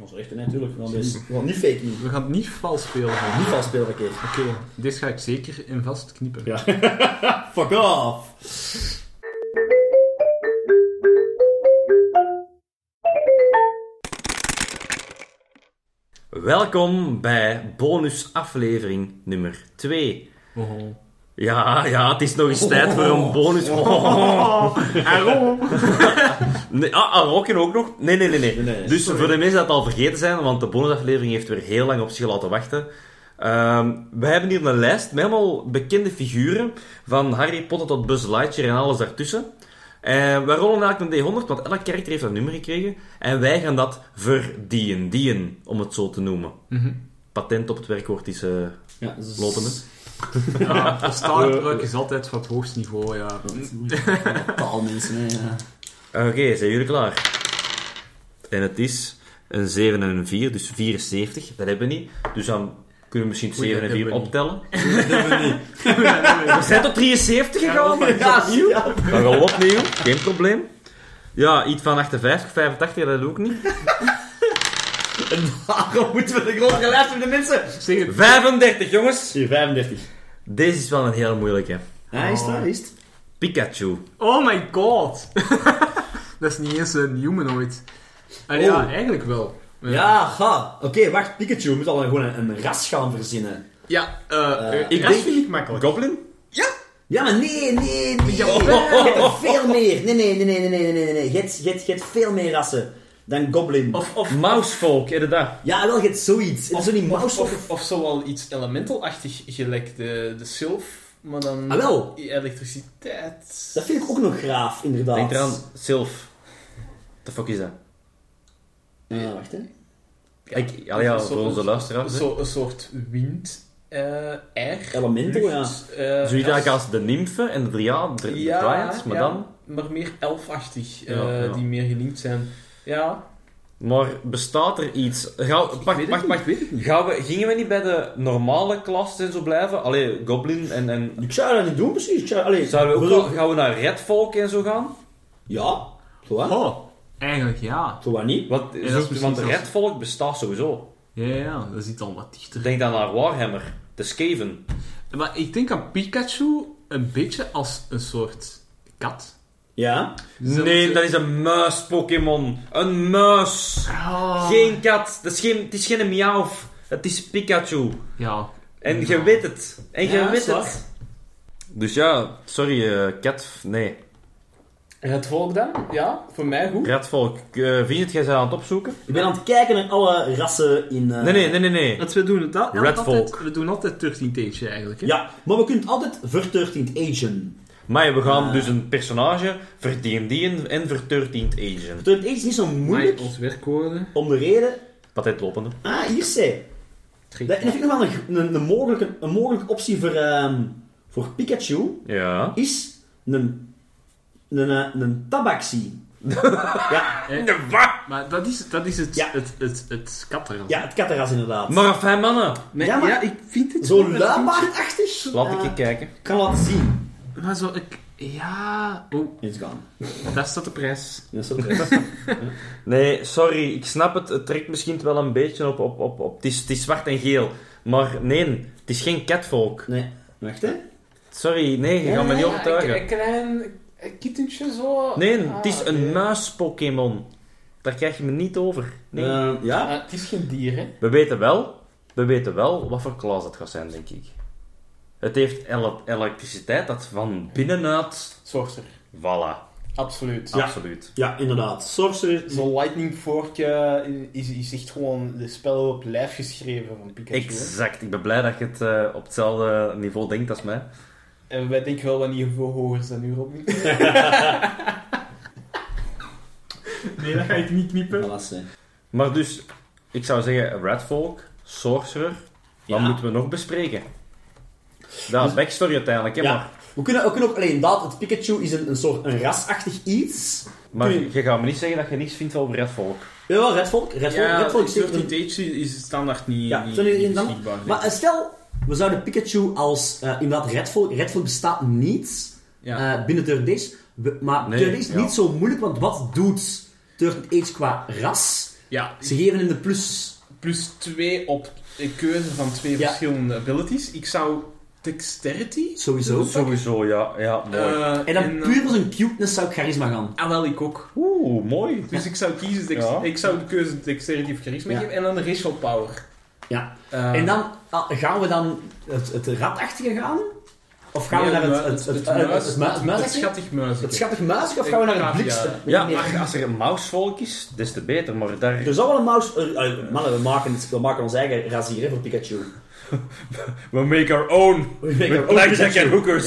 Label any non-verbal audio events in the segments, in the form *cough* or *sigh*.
Ons rechter natuurlijk, want dus. *laughs* We gaan niet fake news. We gaan het niet vals spelen. Oké, Niet vals spelen, Kees. dit ga ik zeker in vastkniepen. Ja. Fuck off! Welkom bij bonusaflevering nummer 2. Oh. Ja, ja, het is nog eens tijd voor een bonus. Oh. Aaron! *laughs* nee, ah, Aaron kan ook nog. Nee, nee, nee. nee. Nee, nee, dus sorry. voor de mensen dat al vergeten zijn, want de bonusaflevering heeft weer heel lang op zich laten wachten. Ehm, we hebben hier een lijst met helemaal bekende figuren. Van Harry Potter tot Buzz Lightyear en alles daartussen. En Eh, we rollen eigenlijk een D100, want elk karakter heeft een nummer gekregen. En wij gaan dat verdienen, om het zo te noemen. Mhm. Patent op het werkwoord is eh, Ja, dus- lopende. *laughs* Ja, taalgebruik is altijd van het hoogste niveau, ja. Taalmensen, hè. ja. Oké, zijn jullie klaar? En het is een 7 en een 4, dus 74. Dat hebben we niet. Dus dan kunnen we misschien Oei, 7 en dat 4 hebben we niet. optellen. We zijn tot 73 gegaan. Ja, ja, ja. Dan gaan we opnieuw, geen probleem. Ja, iets van 58, 85, dat doe ik niet. Waarom moeten we de grond gaan luisteren de mensen? *laughs* Zeg het. 35, jongens! Zie je, 35. Deze is wel een heel moeilijke. Ja, is Oh. dat, is het? Pikachu. Oh my god! *laughs* dat is niet eens een humanoid. Ah, ja, Oh. eigenlijk wel. Ja, ga. Oké, wacht, Pikachu we moeten al gewoon een, een ras gaan verzinnen. Ja, eh, eh, ik dat denk- vind ik makkelijk. Goblin? Ja, maar nee, nee, nee. Je Ja, oh. hebt er veel meer. Nee, nee, nee, nee, nee, nee, nee, nee, nee. Je hebt- je hebt- je hebt veel meer rassen dan Goblin. Of, of Mousefolk, inderdaad. Ja, wel, je hebt zoiets. Oh. Het is zo die Of, mouse of... of, of zo wel iets elementalachtig, gelijk de, de Sylph, maar dan Ah, wel. elektriciteit. Dat vind ik ook nog graaf, inderdaad. Denk eraan, Sylph. The fuck is dat? Ja, wacht, hè. Ik, ja, ja, voor onze luisteraars. hè. Zo, een soort wind, eh air, Elemental, lucht, eh, Zoiets als- eigenlijk als de nymfen en de dria- dri- Ja, dryads, maar ja, dan... maar meer elfachtig, eh, Ja, ja. die meer gelinkt zijn. Ja, Maar bestaat er iets... Gauw, weet pak, het pak, niet, pak. ik weet het niet. Gaan we, gingen we niet bij de normale klas en zo blijven? Allee, Goblin en... en Ik zou dat niet doen, precies. Ik zou... Allee, zouden we ook, bedoel- al- gaan we naar Red Folk en zo gaan? Ja, zo wat. Oh, eigenlijk ja. Zo wat niet. Want, is zoek- precies want zelfs- Red Folk bestaat sowieso. Ja, ja, dat zit al wat dichter. Denk dan naar Warhammer, de Skaven. Maar ik denk aan Pikachu een beetje als een soort kat. Dus Ja. Nee, dat is een muis-Pokémon. Een muis. Oh. Geen kat. Dat is geen, het is geen Meowth. Het is Pikachu. Ja. En je weet het. En je Ja, weet zwaar. het. Dus ja, sorry, eh Kat. Nee. het volk dan, ja, voor mij goed. Redvolk, eh Vincent, jij bent aan het opzoeken? Ik ben aan het kijken naar alle rassen in... eh, Nee, nee, nee, nee. nee. Want we doen het al, Red altijd, Folk. we doen altijd 13 teentje eigenlijk. Hè? Ja, maar we kunnen het altijd verturtend agen. Maar ja, we gaan dus een personage voor D&D en- en voor 13th Agent. Verturtend agen is niet zo moeilijk, Maar ons werkwoorden. om de reden... Patent lopende. Ah, hier zij. Dat, en dat vind ik nog wel een, een, een, mogelijke, een mogelijke optie voor, ehm, voor Pikachu. Ja. Is een... Een, eh, een *laughs* tabaksie. ja, Maar dat is, dat is het, Ja. het, het, het kattenras. ja, het kattenras inderdaad. Maar of hij mannen. Nee, Ja, ja, maar- ik vind het Zo wel- luipaardachtig. Laat ik Eh, je kijken. Ik kan laten zien. Maar zo, ik, ja. Oh, It's gone. daar staat de prijs. Dat is ook leuk. *laughs* Nee, sorry, ik snap het. Het trekt misschien wel een beetje op. op, op, op. Het, is, het is zwart en geel. Maar nee, het is geen Catfolk. Nee, wacht hè. Sorry, nee, je gaat Oh, me niet overtuigen. Een klein kittentje zo. Ah, Nee, Ah, het is een muis-Pokémon. Daar krijg je me niet over. Nee. Eh, ja. Ah, het is geen dier, hè? We weten wel, we weten wel wat voor klas dat gaat zijn, denk ik. Het heeft ele- elektriciteit dat van binnenuit... Sorcerer. Voilà. Absoluut. Absoluut. Ja, inderdaad. Sorcerer. Zo'n lightning vorkje is, is echt gewoon de spel op lijf geschreven van Pikachu. hè. Exact. Ik ben blij dat je het eh, op hetzelfde niveau denkt als mij. En wij denken wel wat niveau hoger is dan u, Robin. Nee, dat ga ik niet knippen. Voilà, hè. Maar dus, ik zou zeggen Redfolk, Sorcerer, Ja. wat moeten we nog bespreken? Dat is backstory uiteindelijk, hè, Ja. maar, We kunnen, we kunnen ook, alleen inderdaad, het Pikachu is een, een soort een rasachtig iets. maar Kun je- je gaat me niet zeggen dat je niks vindt over Redfolk. Jawel, Redvolk. Redvolk, ja, Redvolk is zeker een... is standaard niet, Ja, niet, zullen jullie niet dan- beschikbaar. denk Maar ik. eh, stel, we zouden Pikachu als... eh, inderdaad, Redvolk. Redvolk bestaat niet Ja. eh, binnen Third Days. We- Maar Nee, Third Days is ja. niet zo moeilijk, want wat doet Third Age qua ras? Ja, Ze geven hem de plus. plus 2 op de keuze van twee Ja. verschillende abilities. Ik zou dexterity... Sowieso. Sowieso, ja. Ja, mooi. eh, En dan eh, puur voor zijn cuteness zou ik charisma gaan. Ah, wel, ik ook. Oeh, mooi. Dus ik zou kiezen... dex- Ja. Ik zou de keuze dexterity of charisma Ja. geven. En dan de racial power. Ja. Eh, En dan ah, gaan we dan het, het ratachtige gaan? Of gaan nee, we naar mu- het, het, het, muis- eh, het, muis- het muisachtige? schattig muisje. Het schattig muisje of gaan we naar het Ja. blikste? Ja, Nee, nee. maar als er een mousevolk is, des te beter. Maar daar... Er zal wel een mouse... eh, eh, mannen, we maken, het- we maken ons eigen razier hè, voor Pikachu. We make our own. We maken With ook blackjack Pikachu. and hookers.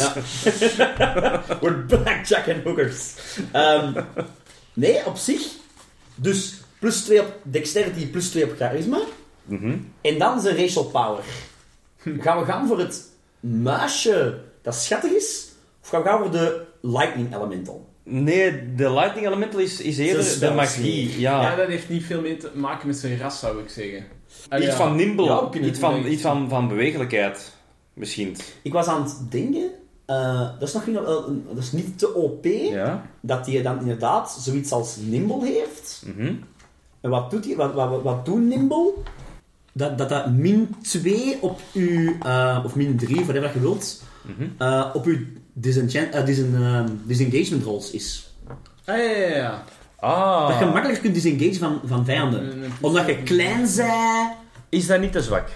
Ja. *laughs* With blackjack and hookers. Ehm, nee, op zich. Dus plus 2 op dexterity, plus 2 op charisma. Mhm. En dan zijn racial power. Gaan we gaan voor het muisje dat schattig is? Of gaan we gaan voor de lightning elemental? Nee, de lightning elemental is, is Zo'n eerder de spel. magie. Ja, Ja. dat heeft niet veel mee te maken met zijn ras, zou ik zeggen. Ah, Iets ja. van nimble. Ja, we kunnen iets het van, niet iets van, van bewegelijkheid. Misschien. Ik was aan het denken... eh, dat, is nog niet, eh, dat is niet te OP. Ja. Dat hij dan inderdaad zoiets als nimble heeft. Mhm. En wat doet hij? Wat, wat, wat, wat doet Nimble? Dat dat, dat min 2 op uw... eh, of min 3, whatever dat je wilt, Mhm. eh, op uw disenchant, eh, disen, ehm, disengagement rolls is. Ah, ja, ja, ja. Ah. Dat je makkelijker kunt disengagen van, van vijanden. Een- een- Omdat je klein zij. Is dat niet te zwak?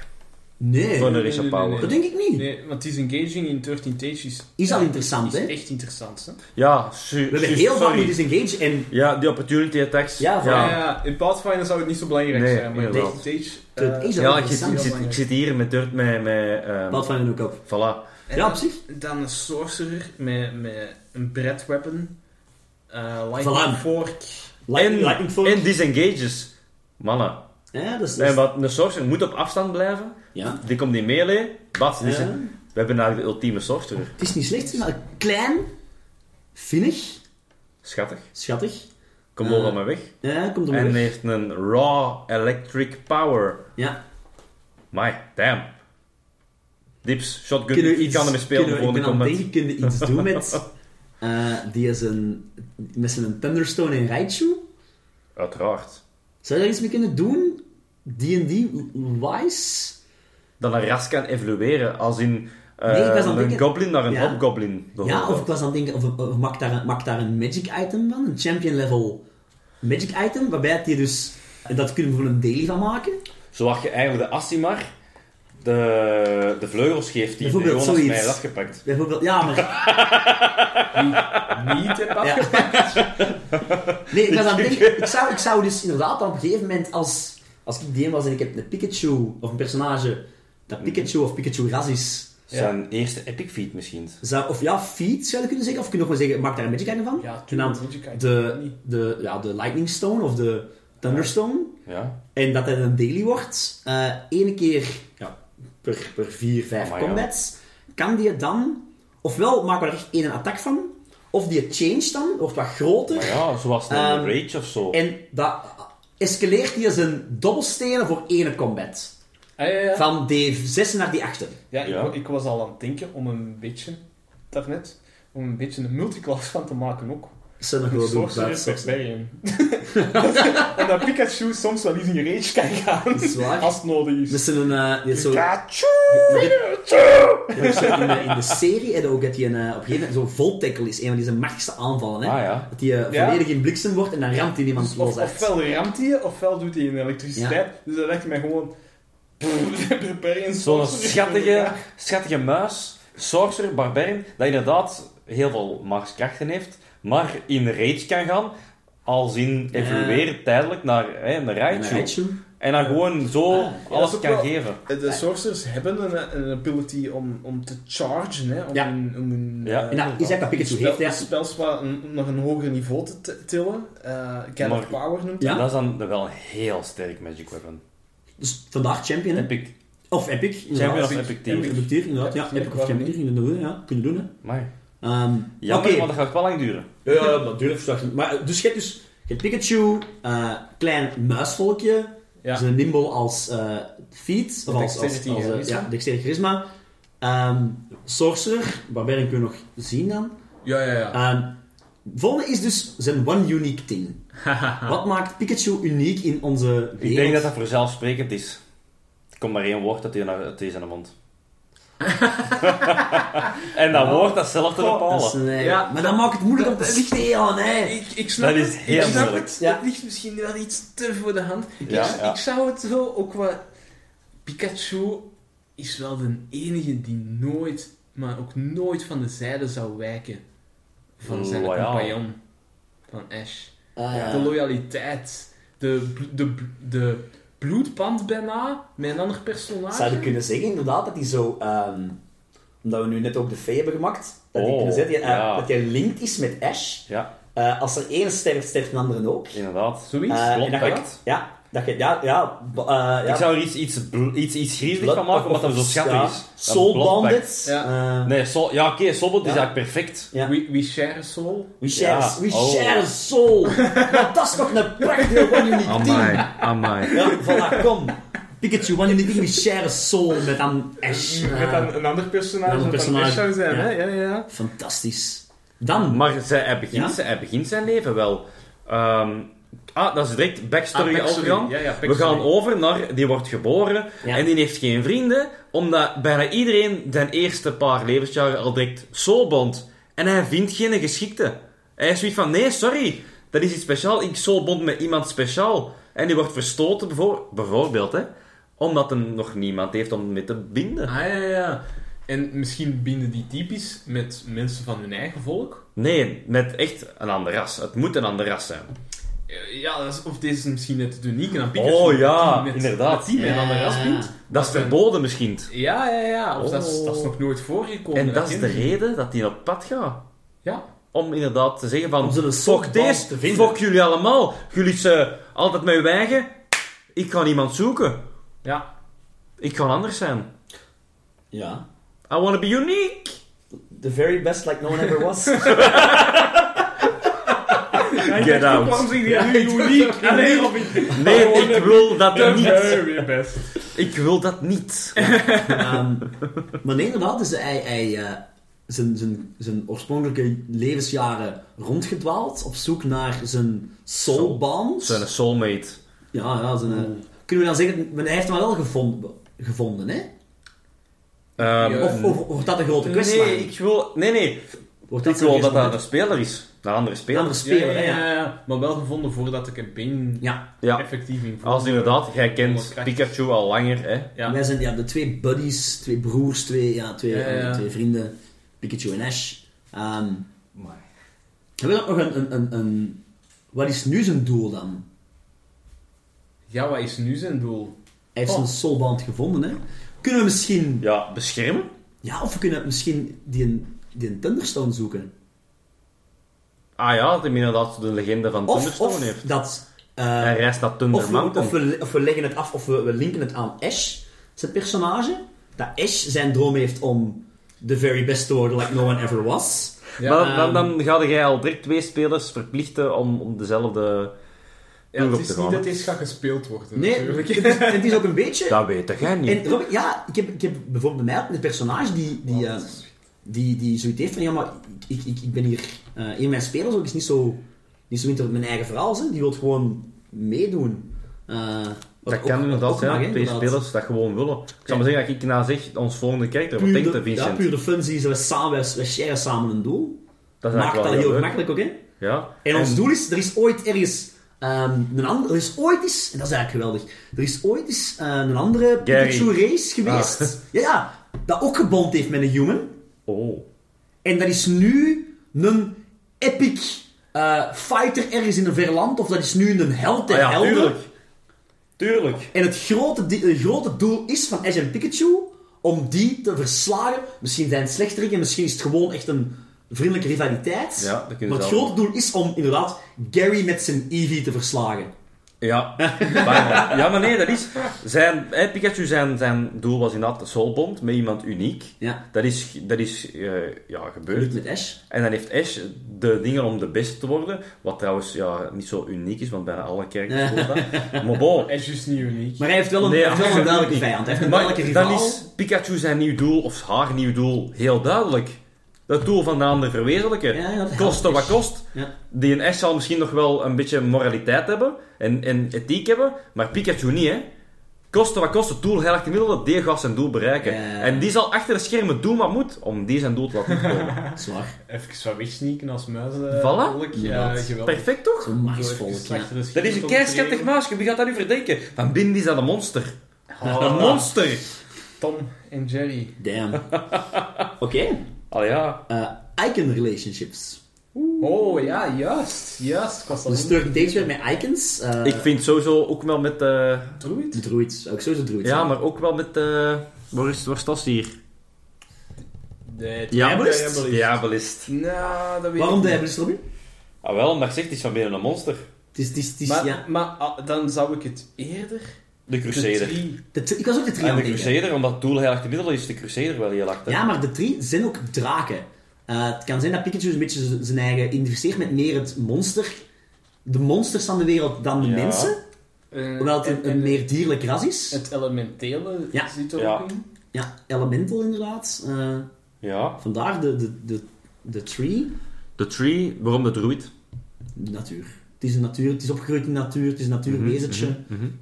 Nee, Voor de nee, Racial nee, Power. nee, dat denk ik niet. Nee, want disengaging in 13 Tage is... Is al interessant, is hè? echt interessant, hè? Ja, su- We hebben su- heel vaak sorry. die disengage en Ja, die opportunity attacks. Ja, voor- Ja. ja. in Pathfinder zou het niet zo belangrijk Nee, zijn, maar in inderdaad. 13 Tage... Dat eh, is Ja, ik, zit, interessant. ik, zit, ik zit hier met dirt, met... met ehm, wat van je ook op. Voilà. Ja, en dan- op zich. Dan een sorcerer met, met een bread weapon. eh Voilà. lightning fork. Lightning, En- lightning Dus- fork. En disengages. Mannen. ja, dat is... dat En is- wat, een sorcerer moet op afstand blijven. ja. Eh, Die komt niet melee. Bats, die Ja. zijn- We hebben eigenlijk de ultieme sorcerer. Het is niet slecht, maar klein, vinnig, Schattig. schattig. Kom Eh, over maar weg. Ja, komt er maar En weg. heeft een raw electric power. Ja. My damn. Dips, shotgun. kunnen we ik iets, kan ermee spelen. kunnen we- Gewoon ik de ben aan het denken, combat. kunnen we iets doen met... *laughs* eh, die is een, met zijn Thunderstone en Raichu. Uiteraard. Zou je daar iets mee kunnen doen? D&D wise? Dat een ras kan evolueren. Als in eh, Nee, ik was aan het een denken- goblin naar een Ja. hobgoblin. Ja, bijvoorbeeld. of ik was aan het denken, of, of, of maak, daar, een- maak daar een magic item van? Een champion level magic item, waarbij het hier dus... En dat kunnen we gewoon een daily van maken. Zoals je eigenlijk de Astimar de, de vleugels geeft die de Bijvoorbeeld Jonas mij zoiets. heeft afgepakt. Bijvoorbeeld, ja, maar... Niet Ah, heb Ja. Nee, *laughs* ik was aan het denken, ik zou, ik zou dus inderdaad dan op een gegeven moment als... Als ik DM was en ik heb een Pikachu, of een personage, dat Mhm. Pikachu of Pikachu ras is... Zijn eerste epic feat misschien. Zou, of ja, feat zou je kunnen zeggen. Of kun je nog wel zeggen, maak daar een magic item van. Ja, en dan tuurlijk, magic item, de, niet. de, ja, de lightning stone of de thunderstone. Ja. En dat het een daily wordt. eh Eén keer ja, per, per vier, vijf Oh my combats. Kan die het dan... Ofwel maken we er echt één attack van. Of die change dan, wordt wat groter. Maar ja, zoals een Ehm, rage of zo. En dat escaleert die zijn dobbelstenen voor één combat. Ah, ja, *laughs* ja. Van D6 naar D8. Ja, ik, Ja. wa- ik was al aan het denken om een beetje, daarnet, om een beetje een multiclass van te maken ook. Dat zijn nog Een wel doen. sorcerer buiten- barbarian. *laughs* en dat Pikachu soms wel eens in rage kan gaan. Dat is waar. Als het nodig is. Dat zijn een... eh, die is zo- Pikachu! Ja, maar zo in, de, in de serie heb je ook dat hij een, eh, op een gegeven moment zo'n vol tackle is. Een van die zijn machtigste aanvallen. Hè? Ah ja. Dat hij eh, Ja. volledig in bliksem wordt en dan ramt hij iemand los Of, uit. ofwel ramt hij, ofwel doet hij in elektriciteit. Dus dat lijkt mij gewoon... *laughs* *laughs* Barbarian Zo'n sorcerer. schattige, schattige muis, sorcerer, barbarian, dat inderdaad heel veel machtskrachten heeft, maar in rage kan gaan, als in evolueren tijdelijk naar hè, een En een Raichu. Raichu. En dan gewoon zo Ah, ja, dat is alles ook kan wel- geven. De sorcerers hebben een, een ability om, om te chargen, hè? Om Ja. hun, om hun, Ja. eh, En dat is dat wat Pikachu spel- heeft, ja. spels wat een- naar een hoger niveau te t- tillen. eh Gather Maar- Power noemt Ja. Dat is dan wel een heel sterk magic weapon. Dus vandaag champion, hè? Epic. Of epic. Champion inderdaad. of epic team. Epic of tier, inderdaad. Ja, Epic epic of waarom champion tier, inderdaad. Ja, kunnen doen, hè. Amai. Ehm, Jammer, Oké. maar dat gaat wel lang duren. Ja, ja, natuurlijk. straks. Maar, eh, dus je hebt dus je hebt Pikachu, eh, klein muisvolkje, Ja. zijn nimble als eh feet, of als, als, als, Dexterity, eh, charisma. ja, dexterity charisma. Ehm, sorcerer, barbarian kun je nog zien dan. Ja, ja, ja. Ehm, Volgende is dus zijn one unique thing. Wat maakt Pikachu uniek in onze wereld? Ik denk dat dat vanzelfsprekend is. Er komt maar één woord uit die, uit die *laughs* zijn mond. en dat woord, dat zelf te Dat is, bepalen. nee. Ja, maar dat maakt het moeilijk om te dat- dat- stelen, hè. Ik, ik snap Dat is het, heel ik snap moeilijk. het. Ja. Het ligt misschien wel iets te voor de hand. Ik, Ja, ja. ik zou het zo ook wel... Pikachu is wel de enige die nooit, maar ook nooit van de zijde zou wijken van zijn Loyaal. compagnon, van Ash. Ah, ja. De loyaliteit, de, bl- de, bl- de bloedband bijna met een ander personage. Ah, Zou je kunnen zeggen inderdaad dat hij zo... ehm, omdat we nu net ook de fee hebben gemaakt. Dat hij Oh, kunnen zeggen, die, eh, ja. dat hij linked is met Ash. Ja, Eh, als er één sterft, sterft een andere ook. inderdaad. Zoiets. Eh, Klopt, en dat je- echt. Ja, dat je... Ja, ja. b- eh, ja. Ik zou er iets, iets, bl- iets, iets griezeligs van maken, omdat dat zo schattig ja. is. Een Soul blond pack. Bandits. Ja. eh, Nee, Soul- ja, oké, Soulbond is Ja. eigenlijk perfect. ja. we, we share a soul. We share, Ja. we Oh. share soul. Maar dat is toch een prachtige One Oh Unique Team. amai. Ja, voilà, kom. Pikachu, One Unique Team, we share soul met dan Ash. Met Eh, een, een ander personage Een ander dat dan personage, Ash zou zijn, ja. hè? Ja, ja, ja. Fantastisch. Ah, Dan, Maar zij, hij, begint, Ja? hij begint zijn leven wel. Ehm, ah, dat is direct backstory Ah, backstory. overgaan. Ja, ja, backstory. We gaan over naar, die wordt geboren Ja. en die heeft geen vrienden, omdat bijna iedereen zijn eerste paar levensjaren al direct soulbond. En hij vindt geen geschikte. Hij is zoiets van, nee, sorry, dat is iets speciaal. Ik soulbond met iemand speciaal. En die wordt verstoten, bevoor- bijvoorbeeld, hè, omdat hem nog niemand heeft om mee te binden. Ah, ja, ja, ja. En misschien binden die typisch met mensen van hun eigen volk. Nee, met echt een ander ras. Het moet een ander ras zijn. Eh, Ja, dat is, of deze is misschien net het unieke aan Pikachu. Oh, ja, die met, inderdaad. Dat die met een Ja. ander ras bindt. Dat is verboden misschien. Ja, ja, ja. Of dat, is, Oh. dat is nog nooit voorgekomen. En dat is de ken ik. reden dat hij op pad gaat. Ja. Om inderdaad te zeggen Om van... zo'n Fuck soort band deze, te vinden." fuck jullie allemaal. Jullie zijn altijd met uw eigen. Ik ga niemand zoeken. Ja. Ik ga anders zijn. ja. I wanna be unique. The very best like no one ever *laughs* was. Get out. Waanzinnig, uniek. Allee, Robin. Nee, ik wil dat The niet. very best. Ik wil dat niet. Ehm, maar nee, inderdaad, dus hij, hij eh, zijn, zijn, zijn oorspronkelijke levensjaren rondgedwaald op zoek naar zijn Soul. soulband. Zijn een soulmate. Ja, ja, zijn, eh, kunnen we dan zeggen, maar hij heeft hem wel gevonden, gevonden hè? Ehm, Of, of wordt dat een grote kwestie? nee, ik wil... Nee, nee. wordt Ik wil dat dat een een speler is. Een andere speler. andere speler, ja, hè? ja, Ja. ja, ja. Maar wel gevonden voordat de campaign Ja. Ja. effectief in Als inderdaad, jij kent Onderkracht. Pikachu al langer, hè. Ja. Wij zijn ja, de twee buddies, twee broers, twee, ja, twee, Ja, ja. eh, twee vrienden, Pikachu en Ash. Ehm hebben we dan nog een, een, een, een... Wat is nu zijn doel dan? Ja, wat is nu zijn doel? Hij heeft Oh. zijn soulband gevonden, hè? Kunnen we misschien... Ja, beschermen. Ja, of we kunnen misschien die, die Thunderstone zoeken. Ah ja, dat hij inderdaad de legende van Of, Thunderstone of heeft. dat... eh, Hij reist naar Thunder of, we, Mountain. of, we, of we leggen het af, of we, we linken het aan Ash, zijn personage. Dat Ash zijn droom heeft om the very best te worden like no one ever was. Ja, maar dan, ehm, dan ga jij al direct twee spelers verplichten om, om dezelfde Ja, het toer op te is niet gaan. dat deze gaat gespeeld worden. Nee, natuurlijk. het is, het is ook een beetje... Dat weet jij niet. En Robin, ja, ik heb, ik heb bijvoorbeeld bij mij ook een personage die, die, eh, die, die zoiets heeft van, ja, maar ik, ik, ik ben hier, eh een mijn spelers ook is niet zo, niet zo in met mijn eigen verhaal, hè. die wil gewoon meedoen. Eh, wat dat ook- kan inderdaad ook zijn mag, hè, dat twee inderdaad. spelers dat gewoon willen. Ik zou maar zeggen dat ik na zeg ons volgende kijker. Wat Puur denkt de- de Vincent? Ja, puur de fun zien ze, we samen, we, we sharen samen een doel. dat is Maakt dat eigenlijk heel wel heel leuk. gemakkelijk ook, hè. Ja. En ons doel is, er is ooit ergens ehm, een ander, er is ooit eens, en dat is eigenlijk geweldig, er is ooit eens eh, een andere Gary. Ah. Pikachu race geweest. Ja, ja, dat ook gebond heeft met een human. Oh. En dat is nu een epic eh, fighter ergens in een ver land, of dat is nu een held Ah der ja, helden. tuurlijk. Tuurlijk. En het grote, di- het grote doel is van Ash en Pikachu om die te verslagen. Misschien zijn het slechteriken, misschien is het gewoon echt een vriendelijke rivaliteit. Ja, dat kunnen ze maar het wel. grote doel is om inderdaad Gary met zijn Eevee te verslagen. Ja. Bijna. ja, maar nee, dat is... Zijn, hè, Pikachu, zijn, zijn doel was inderdaad de soulbond met iemand uniek. Ja, Dat is, dat is eh, ja, gebeurd. lukt met Ash. En dan heeft Ash de dingen om de beste te worden. Wat trouwens ja, niet zo uniek is, want bijna alle kerkers doen dat. Maar bon. Hij is juist niet uniek. Maar hij heeft wel een, Nee, hij heeft wel een absoluut duidelijke niet. vijand. Hij heeft een Maar duidelijke dan rivaal. is Pikachu zijn nieuw doel, of haar nieuw doel, heel duidelijk. het doel van de ander verwezenlijken. Ja, ja, dat Koste helpt wat is. kost. Ja. Die een S zal misschien nog wel een beetje moraliteit hebben en, en ethiek hebben, maar Pikachu niet, hè. Koste wat kost, het doel heiligt de middelen, die gaat zijn doel bereiken. Ja. En die zal achter de schermen doen wat moet om die zijn doel te laten komen. *laughs* Zwaar. Even wat wegsneaken als eh, muizen. Voilà. volk. Ja, Ja, geweldig. Perfect toch? Zo'n machtsvolk, Zo even ja. achter de Dat is een schermen keischattig optreden. muisje, wie gaat dat nu verdenken? Van binnen is dat een monster. Oh, Een Ah, monster! Tom en Jerry. *laughs* Damn. Oké. Al ja. Eh, icon relationships. Oh ja, juist. Juist. Ik was al Dus in- door deze met icons. eh Ik vind sowieso ook wel met... eh, Druid? Druids. Ook sowieso druids. ja, hè. maar ook wel met... eh waar, is, waar staat ze hier? Nee, Diabolist? Diabolist. Diabolist. Nou, dat weet Waarom ik de niet. Abris Robin? Ah wel, maar zegt iets van binnen een monster. Het is, het is, het is, Maar, ja. maar ah, dan zou ik het eerder... De De Crusader. drie- De tri- ik was ook de drie En aan de het denken. Crusader, omdat het doel heel achter middel is, de Crusader wel heel achter. Ja, maar de drie zijn ook draken. Eh, het kan zijn dat Pikachu een beetje z- zijn eigen identificeert met meer het monster. De monsters van de wereld dan de Ja. mensen. eh, Hoewel het en- een, en een meer dierlijk ras is. Het elementele Ja. zit er Ja. ook in. Ja, elemental inderdaad. Eh, Ja. vandaar de, de, de, de tree. De tree, waarom de druid? De natuur. Het is een natuur, het is opgegroeid in de natuur, Mhm, het is een natuurwezentje.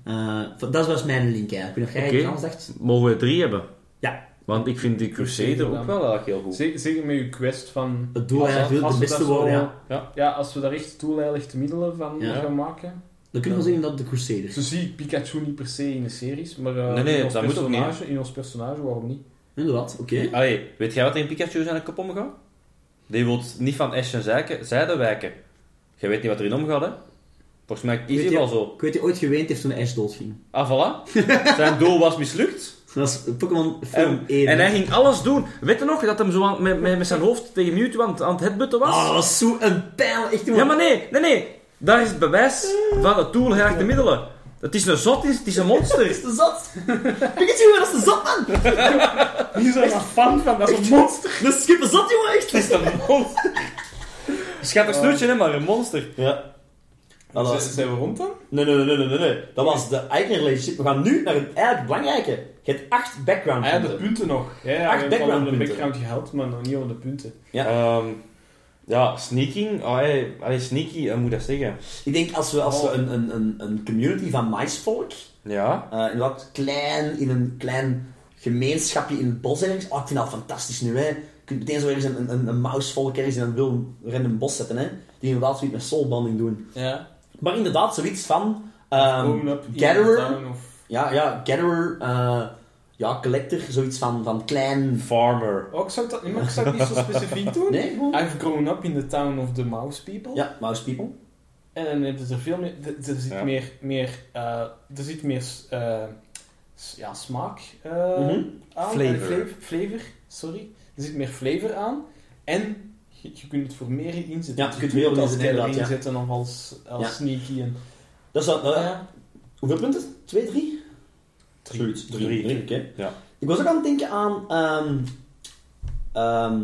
Eh, van- dat was mijn link eigenlijk. Ik weet nog jij Oké. iets anders dacht. Mogen we drie hebben? Ja. Want ik vind de Crusader Crusader ook wel eigenlijk heel goed. Zeg, zeg met je quest van... Het doel eigenlijk wil als de we beste dat zo- worden, ja. Ja. Ja, als we daar echt doeleilig de middelen van Ja. gaan maken. Dan kun je wel zeggen dat de Crusader. Zo zie ik Pikachu niet per se in de series, maar eh, Nee, nee, in, ons dat moet ook niet, personage, in ons personage, waarom niet? Inderdaad, oké. Allee, weet jij wat er in Pikachu zijn kop omgaat? Die wil niet van Ash en zijke- zijde wijken. Jij weet niet wat erin omgaat, hè? Volgens mij is Weet hij je- wel zo. Ik weet die ooit geweend heeft toen Ash doodging. Ah, voilà. Zijn doel was mislukt. Dat is Pokémon film En, 1. en hè. hij ging alles doen. Weet je nog dat hem zo aan- met, met, met zijn hoofd tegen Mewtwo aan, het- aan het headbutten was? Oh, dat was zo'n pijl. Echt, Ja, maar nee, nee, nee. Daar is het bewijs van het doel raakt de middelen. Het is een zot, *laughs* het is een monster. Dat is de zat. Pikachu, dat is de zat, *laughs* man. Hier zijn we fan van, dat is een monster! Dat is super zat, jongen. Echt. Het is een monster. Ah. Schattig snoetje, hè, maar een monster. Ja. Zijn we rond dan? Ah, nee, nee, nee, nee, nee, nee. Dat was de eigen relationship. We gaan nu naar het eigenlijk belangrijke. Je hebt acht background Ah ja, de punten. punten nog. Ja, ja, Acht we hebben al de backgroundpunten. background gehaald, maar nog niet al de punten. Ja, Ehm, ja sneaking. Oh, hey, hey, sneaky, hoe moet ik dat zeggen? Ik denk als we, Oh. als we een, een, een, een community van maisvolk, Ja. eh inderdaad klein, in een klein gemeenschapje in het bos ergens. Oh, ik vind dat fantastisch nu, hè. Je kunt meteen zo ergens een, een, een, een mausvolk ergens in een wil random bos zetten, hè. Die inderdaad zoiets met soulbanding doen. Ja. Maar inderdaad, zoiets van... ehm, Own up, in gatherer. town of... ja, ja, gatherer, eh, ja, collector, zoiets van, van klein... Farmer. Oh, ik zou dat, maar ik zou het niet zo *laughs* specifiek doen. Nee, gewoon... I've grown up in the town of the mouse people. Ja, mouse people. En dan heb je er veel meer... Er, er zit Ja. meer... meer eh, er zit meer... eh, s- ja, smaak eh, Mhm. aan. Flavor. Eh, flav- flavor, sorry. Er zit meer flavor aan. En je, je kunt het voor meer inzetten. Dus Ja, je kunt het heel het als inzetten, inzetten, inderdaad, ja. inzetten of als, als Ja. sneaky. En, Dat is, wel- eh, ja. Hoeveel punten? Twee, drie? Drie. Zoiets, Drie. Drie. drie, oké. Ja. Ik was ook aan het denken aan... ehm, ehm,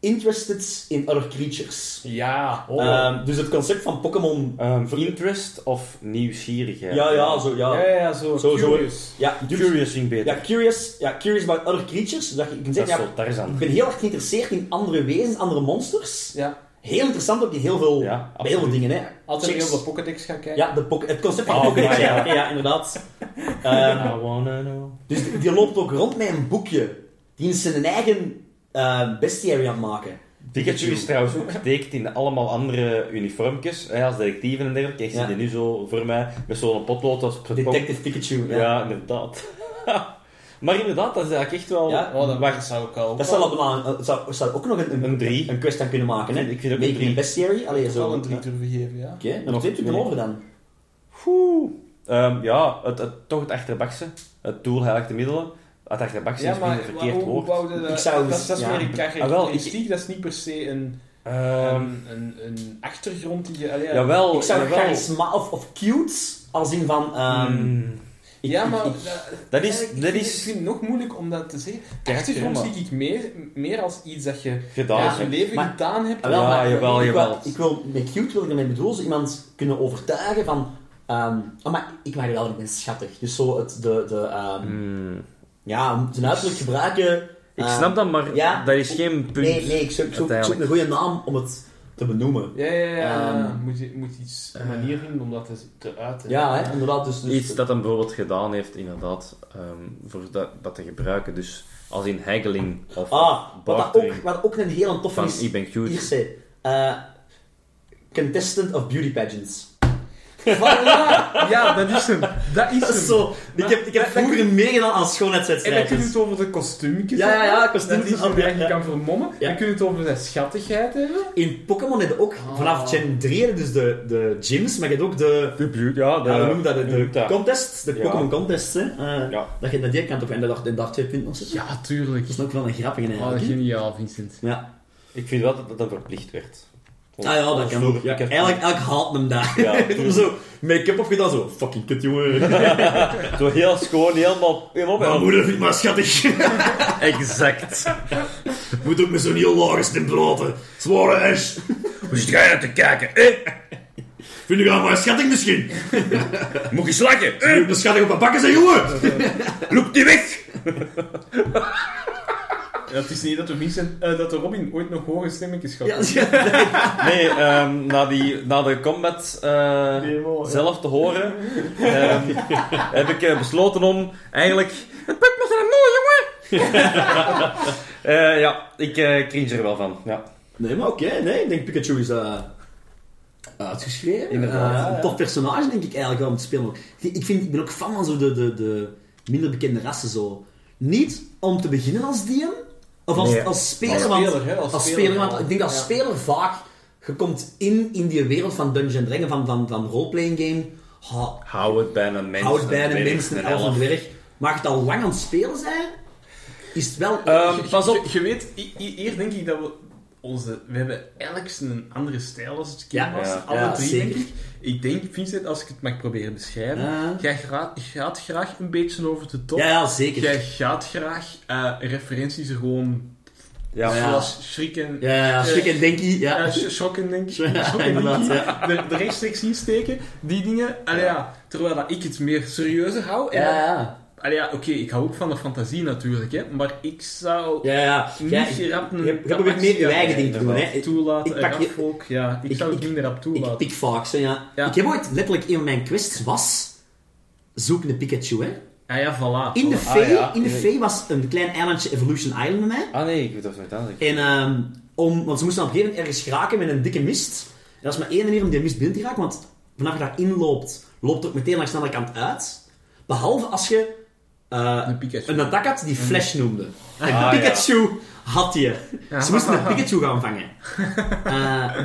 interested in other creatures. Ja, oh. Ehm, dus het concept van Pokémon... Ehm, interest of nieuwsgierigheid? Ja, ja, zo, ja. ja, ja, zo, oh. Zo, zo. curious. Ja, dus- Curious ging beter. ja, curious, ja, curious about other creatures. Dat je, je kunt dat is zeggen, ja, zo Tarzan. ik ben heel erg geïnteresseerd in andere wezens, andere monsters. Ja, Heel interessant ook in heel veel, Ja, bij heel veel absoluut. dingen. Hè. altijd Chicks. heel de Pokédex gaan kijken. Ja, de pok- het concept van Oh, Pokédex. my, ja. Ja, oké, ja, inderdaad. Ehm, I wanna know. dus die, die loopt ook rond met een boekje. Die is zijn eigen eh bestiary aan het maken. Pikachu is trouwens ook getekend in allemaal andere uniformjes, hè, als detectief en dergelijke. Ik zie Ja. die nu zo voor mij, met zo'n potlood als... Detective Pikachu. Ja, Ja. inderdaad. *laughs* maar inderdaad, dat is eigenlijk echt wel... Ja. Oh, dat Wacht, zou ik al... Dat zou, wel belang- eh, zou, zou ook nog een, Een drie. een quest aan kunnen maken. Hè? Ik vind ook een Making drie. a bestiary. Allee, Ik zou zo. wel een drie durven geven, ja. Oké, okay, Nog nog twee punten twee. over dan. Oeh. Ehm, ja, het, het- toch het achterbakse. Het doel heiligt de middelen. Het achterbakse is misschien een verkeerd hoe- hoe woord. wou je dat, Ik zou- dat, dat is ja. meer een Ah, wel, karakteristiek, dat is niet per se een, Ehm, een, een, een achtergrond die je... allee, ja. jawel, Ik zou Oh, jawel. charisma of, of cute, als in van... ehm, Mm. ik- ja, ik- maar... ik- Dat is- ja, ik dat vind- is- Ik vind het nog moeilijk om dat te zeggen. Ja, Achtergrond tuurlijk. zie ik meer, meer als iets dat je Gedaan ja, is, in hè. leven maar- gedaan hebt. Ah, wel, Ja, maar jawel, ik, jawel. Wil, ik wil, met cute wil ik ermee bedoelen, zo iemand kunnen overtuigen van... ehm oh, maar ik mag je wel, ik ben schattig. Dus zo het, de, de ehm, Mm. ja, zijn uiterlijk gebruiken Ik Ehm, snap dat, maar ja. dat is geen punt. Nee, nee, ik zoek, ik zoek, ik zoek een goede naam om het te benoemen. Ja, ja, ja. Ehm, moet, je, moet iets Een manier vinden om dat te, te uiten. Ja, hè, inderdaad. Dus, dus Iets dat hem bijvoorbeeld gedaan heeft, inderdaad, ehm, voor dat, dat te gebruiken. Dus als in haggling of Ah, wat, dat ook, bartering wat ook een heel toffe van is. Ik ben cute. Ierse. eh, contestant of beauty pageants. Voilà! Ja, dat is hem. Dat *laughs* is Dat hem. is zo. Ik heb, ik heb vroeger meegedaan aan dus En dan kun je schoonheidswedstrijdjes. het over de kostuumjes Ja, ja, ja, hebben, Dat kostuumjes, is hoe ja, je ja. kan vermommen. Ja. Dan kun je het over zijn schattigheid hebben. In Pokémon heb je ook vanaf Gen 3, heb je dus de, de gyms, maar je hebt ook de... De beauty, ja, de, Ja, we noemen dat de, je de noemt dat. contest, de Ja. Pokémon contest, hè. Eh, Ja. Dat je naar die kant op en daar, en daar twee punten op zit. Ja, tuurlijk. Dat is ook wel een grappige Oh, eigenlijk. hè. geniaal, Vincent. ja. Ik vind wel dat dat dan verplicht werd. Ah ja, dat kan ook. Ja, eigenlijk, eigenlijk haalt hem daar. *laughs* Ja, zo, make-up opgedaan, zo, fucking kut *laughs* jongen. Zo heel schoon, helemaal... Mijn helemaal moeder vindt me schattig. *laughs* exact. *laughs* Moet ook met zo'n heel lage stem praten. Zware *laughs* S. Hoe zit jij aan te kijken? Eh, Vind je aan mijn schatting *laughs* misschien? moet je slakken? Moet ik mijn schatting op mijn bakken zeggen, jongen? loop die weg! Ja, het is niet dat de, Vincent, eh, dat de Robin ooit nog hoge stemmetjes gaat Ja, ja. Nee, ehm, na, die, na de combat eh, Demo, ja. zelf te horen, ehm, *laughs* heb ik eh, besloten om eigenlijk... Het pak me zijn mooi, jongen! *laughs* Eh, ja, ik eh cringe er wel van. Ja. Nee, maar oké, nee. Ik denk Pikachu is eh uitgeschreven. Inderdaad, Eh, ja, ja. een tof personage, denk ik eigenlijk wel om te spelen. Ik, ik vind, ik ben ook fan van zo de, de, de minder bekende rassen. Zo. Niet om te beginnen als DM, of als, Nee, als speler. als want, speler, hè, als als, speler, speler, want ja. ik denk dat als Ja. speler vaak je komt in, in die wereld van Dungeon Dragon, van, van, van roleplaying game. Ha, Hou het bij een mens. Houd bij de dwerg, mensen en elf en dwerg. Mag het al lang aan het spelen zijn, is het wel... Ehm, pas op. *laughs* Je, je weet, hi- hi- hier denk ik dat we onze... We hebben elk zijn een andere stijl als het Ja, kind was. ja. Alle Ja, drie, zeker. denk ik. Ik denk, Vincent, als ik het mag proberen beschrijven... Ja. Jij gra- gaat graag een beetje over de top. ja, ja, zeker. Jij gaat graag eh, referenties er gewoon Ja. Ja. zoals schrikken... Ja, ja, ja, schrik en denkie. Ja. Ja, sch- schokken, denk ik. Ja, Schokken, inderdaad, denk ik. De, de rechtstreeks insteken, die dingen. Allee, ja. Terwijl dat ik het meer serieuzer hou. En Ja, ja. allee, ja, oké, ik hou ook van de fantasie natuurlijk, hè, maar ik zou Ja, ja. niet Jij- je rap je een hebt- je probeert meer je actie- eigen ding te doen, hè. ja, Ik- toelaten. ik pak rap je- ook, ja. Ik, ik- zou het ik- minder rap Ik toelaten. pik vaak, zo, ja. Ja. Ik heb ooit letterlijk een van mijn quests was... Zoek een Pikachu, hè. ah ja, voilà. In de voilà. fee, ja. in de fee was een klein eilandje Evolution Island bij mij. Ah nee, ik weet het niet aan. En ehm, om, want ze moesten op een gegeven moment ergens geraken met een dikke mist. En dat is maar één manier om die mist binnen te raken, want vanaf je daarin loopt, loopt er ook meteen langs de andere kant uit. Behalve als je eh, Een Pikachu. een attack had die Flash noemde. En Pikachu had je. Ja. Ze moesten een Pikachu gaan vangen. *laughs* Eh,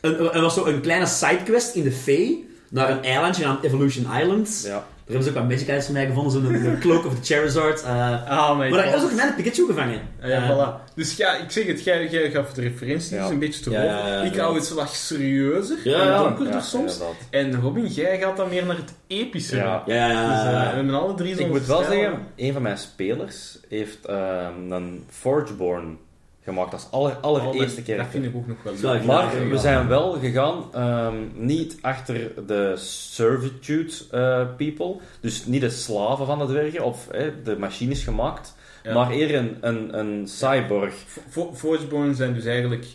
een- er was zo een kleine sidequest in de Fee, naar een eilandje genaamd Evolution Island. Ja. Daar hebben ze ook wat Magic Eyes van mij gevonden, zo'n een Cloak of the Charizard. eh. Ah, my maar daar God. was ook net een Pikachu gevangen. Ah ja, Eh, voilà. Dus ja, ik zeg het, jij, jij gaf de referenties Ja. een beetje te Ja, hoog. ja, ja, ik ja. hou het wat serieuzer Ja, en ja. donkerder soms. inderdaad. En Robin, jij gaat dan meer naar het epische. Ja. Ja, ja, ja, Dus, eh, ja. we hebben alle drie zo'n Ik moet wel stijl. zeggen, een van mijn spelers heeft ehm, een Forgeborn gemaakt. Dat is aller, allereerste Oh, dat- keer. Dat vind ik ook nog wel Ja, leuk. ik- Maar we zijn wel gegaan ehm, niet achter de servitude eh, people, dus niet de slaven van de dwergen of eh, de machines gemaakt, Ja. maar eerder een, een, een cyborg. Vo- vo- Forgeborn zijn dus eigenlijk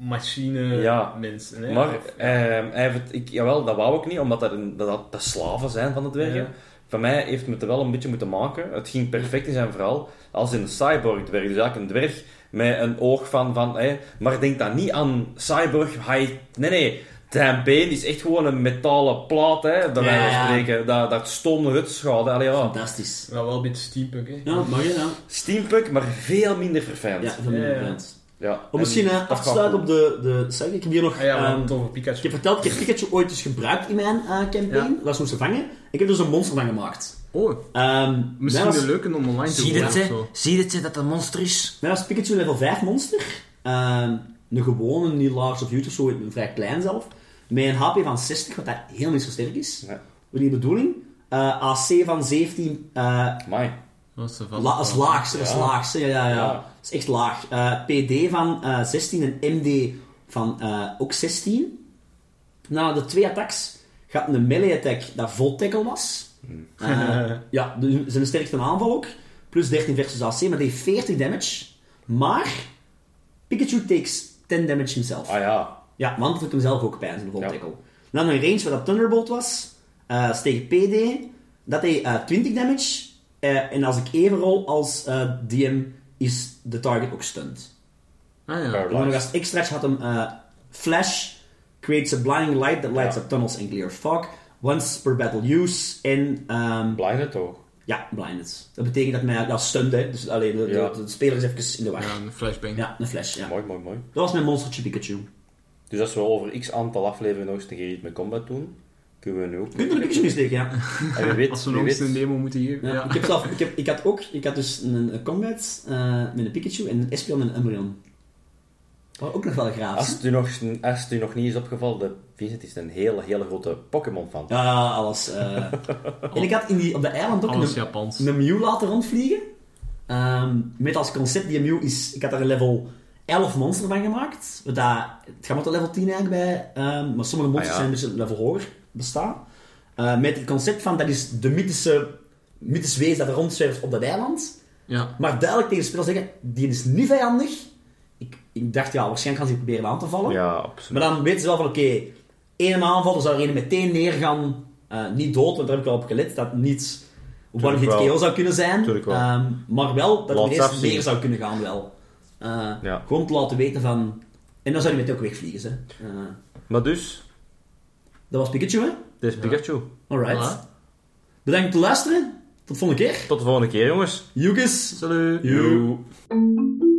machine Ja. mensen. Hè? Maar Of- ehm, hij heeft het, ik, jawel, dat wou ik niet, omdat dat, een- dat, dat de slaven zijn van de dwergen. Ja. Van mij heeft het er wel een beetje moeten maken. Het ging perfect in zijn verhaal als in een cyborg dwerg. Dus eigenlijk een dwerg met een oog van, van hé, maar denk dan niet aan cyborg high. Nee, nee. Zijn been is echt gewoon een metalen plaat, hè, dat wij Ja, wel ja. spreken. Dat, dat stomme hutschade. Allee, ja. Fantastisch. wel wel een beetje steampunk, hè? Ah Ja, mag je ja. Steampunk, maar veel minder verfijnd. Ja, Ja. van Ja, die ja. brand. Om misschien en eh, dat af te sluiten gaat op de, de site. Ik heb hier nog... Ah ja, we ehm, hadden het over ik Pikachu. heb verteld, ik heb Pikachu ooit eens gebruikt in mijn eh, campaign. Ja. Dat ze moesten vangen. Ik heb dus een monster van gemaakt. Oh, Ehm, misschien mij, was, een leuke om online te Zie je horen het, of hè? zo. Zie je het, hè, dat dat een monster is? mij was Pikachu level 5 monster. Ehm, een gewone, niet large of huge of zo, een vrij klein zelf. Met een HP van 60, wat dat helemaal niet zo sterk is. Ja. Wat die bedoeling. Eh, AC van 17, eh, Amai. Dat is La, als laagste, als laagste, ja, ja, ja. Ja. Dat is echt laag. Eh, PD van eh, 16 en MD van eh, ook 16. Na de twee attacks gaat een melee attack dat vol tackle was. Eh, ja, dus zijn sterkste aanval ook. plus 13 versus AC, maar die heeft 40 damage. Maar Pikachu takes 10 damage himself. Ah ja. Ja, want dat doet hem zelf ook pijn, zijn vol Ja. tackle. Dan een range waar dat Thunderbolt was, eh steeg PD, dat deed eh, 20 damage. eh, en als ik even rol als eh, DM, is de target ook stunned. Ah ja. En dan nog Paralyzed. als extra had hem eh, Flash creates a blinding light that lights Ja. up tunnels and clears fog. Once per battle use. En ehm, Blinded toch? ja, blinded. Dat betekent dat mij dat stunt, hè. Dus alleen de, de- Ja. de, speler is even in de Ja, war. een flashbang. Ja, een flash, ja. Mooi, mooi, mooi. Dat was mijn monstertje Pikachu. Dus als we over x aantal afleveringen nog eens een keer iets met combat doen, kunnen we nu ook. Kun je er een Pikachu in steken, ja. En wie weet, Als we wie nog eens weet. een demo moeten geven. Ja, Ja. Ik, heb zelf, ik, heb, ik had ook, ik had dus een, een combat eh, met een Pikachu en een Espeon en een Umbreon. Wat ook nog wel graag. Als het, u nog, als het u nog niet is opgevallen, de Vincent is een hele, hele grote Pokémon-fan. Ja, alles. *laughs* eh. en ik had in die, op de eiland ook Alles een, Japans. een Mew laten rondvliegen. Ehm, met als concept die Mew is... Ik had daar een level 11 monster van gemaakt. Wat Dat, het gaat maar tot level 10 eigenlijk bij. ehm, maar sommige monsters Ah, ja. zijn een beetje level hoger bestaan. Eh, met het concept van dat is de mythische, mythisch wees dat er rondzwerft op dat eiland. Ja. Maar duidelijk tegen de speler zeggen, die is niet vijandig. Ik, ik dacht, ja, waarschijnlijk gaan ze die proberen aan te vallen. Ja, absoluut. Maar dan weten ze wel van, oké, één aanval, dan zou er één meteen neergaan. Eh, niet dood, want daar heb ik al op gelet, dat niet one hit wel. KO zou kunnen zijn. Tuurlijk wel. Ehm, maar wel dat Laat er ineens afzien. meer zou kunnen gaan wel. Eh, Ja. Gewoon te laten weten van... En dan zou je meteen ook wegvliegen, ze. Eh, Maar dus, dat was Pikachu, hè? dit is Pikachu. Alright. Voilà. Bedankt voor het luisteren. Tot de volgende keer. Tot de volgende keer, jongens. Joekes. Salut. Joe. Joe.